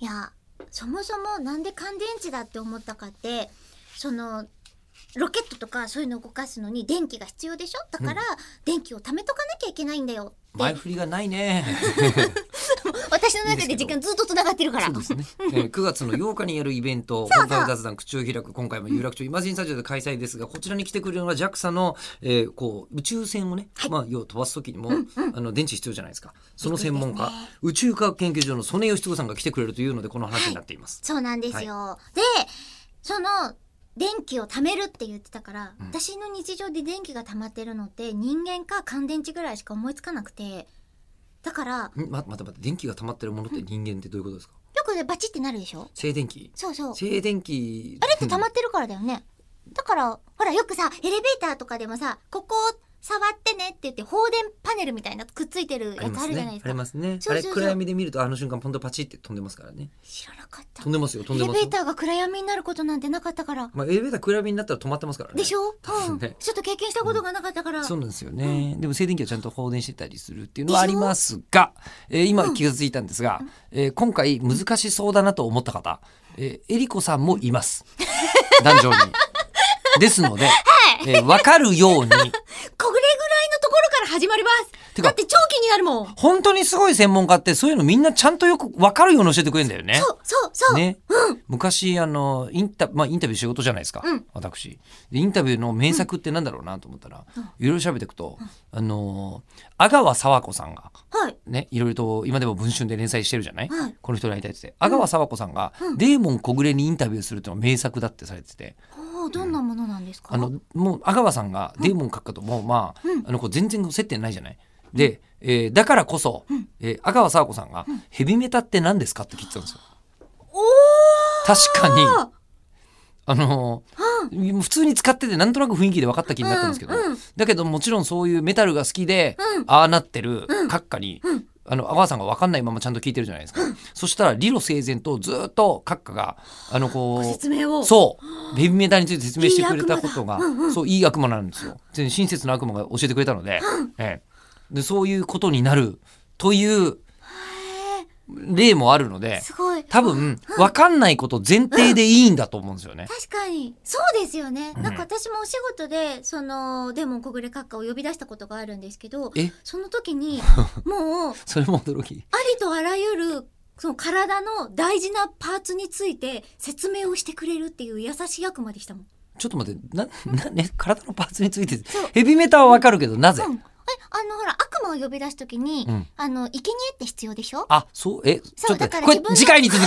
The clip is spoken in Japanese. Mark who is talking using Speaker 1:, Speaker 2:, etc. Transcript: Speaker 1: いやそもそもなんで乾電池だって思ったかってそのロケットとかそういうのを動かすのに電気が必要でしょだから電気を貯めとかなきゃいけないんだよって、
Speaker 2: 前振りがな いね。
Speaker 1: 私の中で時間ずっと繋がってるから
Speaker 2: そうですね。えー9月の8日にやるイベント、
Speaker 1: そう
Speaker 2: 本格雑談口を開く、今回も有楽町イマジンスタジオで開催ですが、こちらに来てくれるのは JAXA の、えーこう、宇宙船をね、まあ、要は飛ばす時にも、あの、電池必要じゃないですか。その専門家、
Speaker 1: ですね
Speaker 2: 宇宙科学研究所の曽根義人さんが来てくれるというので、この話になっています。
Speaker 1: そうなんですよ。で、その、電気を貯めるって言ってたから、私の日常で電気が溜まってるのって人間か乾電池ぐらいしか思いつかなくて、だから、よ
Speaker 2: んま、待って待って、電気が溜まってるものって人間ってどういうことですか
Speaker 1: くねバチってなるでしょ
Speaker 2: 静電気
Speaker 1: そうそう。
Speaker 2: 静電気。
Speaker 1: あれって溜まってるからだよね。だから、ほらよくさ、エレベーターとかでもさ、ここを触ってねって言って放電パネルみたいなくっついてる
Speaker 2: あり
Speaker 1: やつ
Speaker 2: ま
Speaker 1: あ
Speaker 2: す
Speaker 1: るじゃない
Speaker 2: ね
Speaker 1: で。す
Speaker 2: あ
Speaker 1: か。
Speaker 2: りますね。
Speaker 1: そうそうそう
Speaker 2: あれ暗闇で見るとあの瞬間ポンとパチって飛んでますからね。
Speaker 1: 知らなかった。
Speaker 2: 飛んでますよ飛ん
Speaker 1: エ
Speaker 2: で
Speaker 1: レ
Speaker 2: ま
Speaker 1: ベ
Speaker 2: す
Speaker 1: ー
Speaker 2: よ。
Speaker 1: ターが暗闇になることなんてなかったから。
Speaker 2: まあエレベーター暗闇になったら止まってますからね。
Speaker 1: でしょ、う
Speaker 2: 分
Speaker 1: ん。ちょ
Speaker 2: ね
Speaker 1: っと経験したことがなかったから。
Speaker 2: そうなんですよね、でも静電気はちゃんと放電してたりするっていうのはありますが、えー今気がついたんですが、えー今回難しそうだなと思った方、えー、えりこさんもいます。 壇上に。ですので、えーわかるよう
Speaker 1: これ
Speaker 2: に、
Speaker 1: ぐらいのところから始まります
Speaker 2: てか
Speaker 1: だって長期になるもん
Speaker 2: 本当にすごい専門家ってそういうのみんなちゃんとよくわかるように教えてくれるんだよね。
Speaker 1: そうそうそう、
Speaker 2: ね、昔あのインタ,、まあ、インタビュー仕事じゃないですか、
Speaker 1: うん
Speaker 2: 私でインタビューの名作ってなんだろうなと思ったら、いろいろ喋っていくと、あの阿川佐和子さんが、
Speaker 1: はい
Speaker 2: ね、いろいろと今でも「文春」で連載してるじゃない、
Speaker 1: はい
Speaker 2: この人に会いたいって言って阿川佐和子さんが、デーモン小暮にインタビューするっていうのが名作だってされてて
Speaker 1: おーどんなものなんですか
Speaker 2: あのもう阿川さんがデーモン書くかともうまあ,、あのこう全然接点ないじゃない。で、えーだからこそ、えー阿川佐和子さんが、ヘビメタって何ですか?」って聞いてたんですよ。
Speaker 1: お
Speaker 2: 確かに
Speaker 1: ー
Speaker 2: あの普通に使っててなんとなく雰囲気で分かった気になったんですけど、
Speaker 1: うんうん
Speaker 2: だけどもちろんそういうメタルが好きで、
Speaker 1: うん
Speaker 2: ああなってる閣下に、
Speaker 1: うん
Speaker 2: あの阿川さんが分かんないままちゃんと聞いてるじゃないですか、そしたら理路整然とずーっと閣下があのこ
Speaker 1: ご
Speaker 2: う
Speaker 1: 説明を
Speaker 2: そうベビーメタについて説明してくれたことが
Speaker 1: いい悪魔だうんうん
Speaker 2: そういい悪魔なんですよ全然親切な悪魔が教えてくれたので,、ええでそういうことになるという例もあるのです
Speaker 1: ごい
Speaker 2: 多分分かんないこと前提でいいんだと思うんですよね。
Speaker 1: 確かにそうですよね、
Speaker 2: うん
Speaker 1: なんか私もお仕事でそのデーモン小暮閣下を呼び出したことがあるんですけど
Speaker 2: え
Speaker 1: その時 にもうあ
Speaker 2: それも驚き。
Speaker 1: りとあらゆるその体の大事なパーツについて説明をしてくれるっていう優しい悪魔でしたもん。
Speaker 2: ちょっと待って、な、な、ね、体のパーツについて
Speaker 1: そう、
Speaker 2: ヘビメタはわかるけど、なぜ、
Speaker 1: うん、えあのほら悪魔を呼び出す時に、
Speaker 2: うん
Speaker 1: あの生贄って必要でしょ
Speaker 2: あ、そう、え、ち
Speaker 1: そう
Speaker 2: ょっと
Speaker 1: だから
Speaker 2: 待って、
Speaker 1: 自
Speaker 2: こ
Speaker 1: 分の
Speaker 2: れ、次回に続く。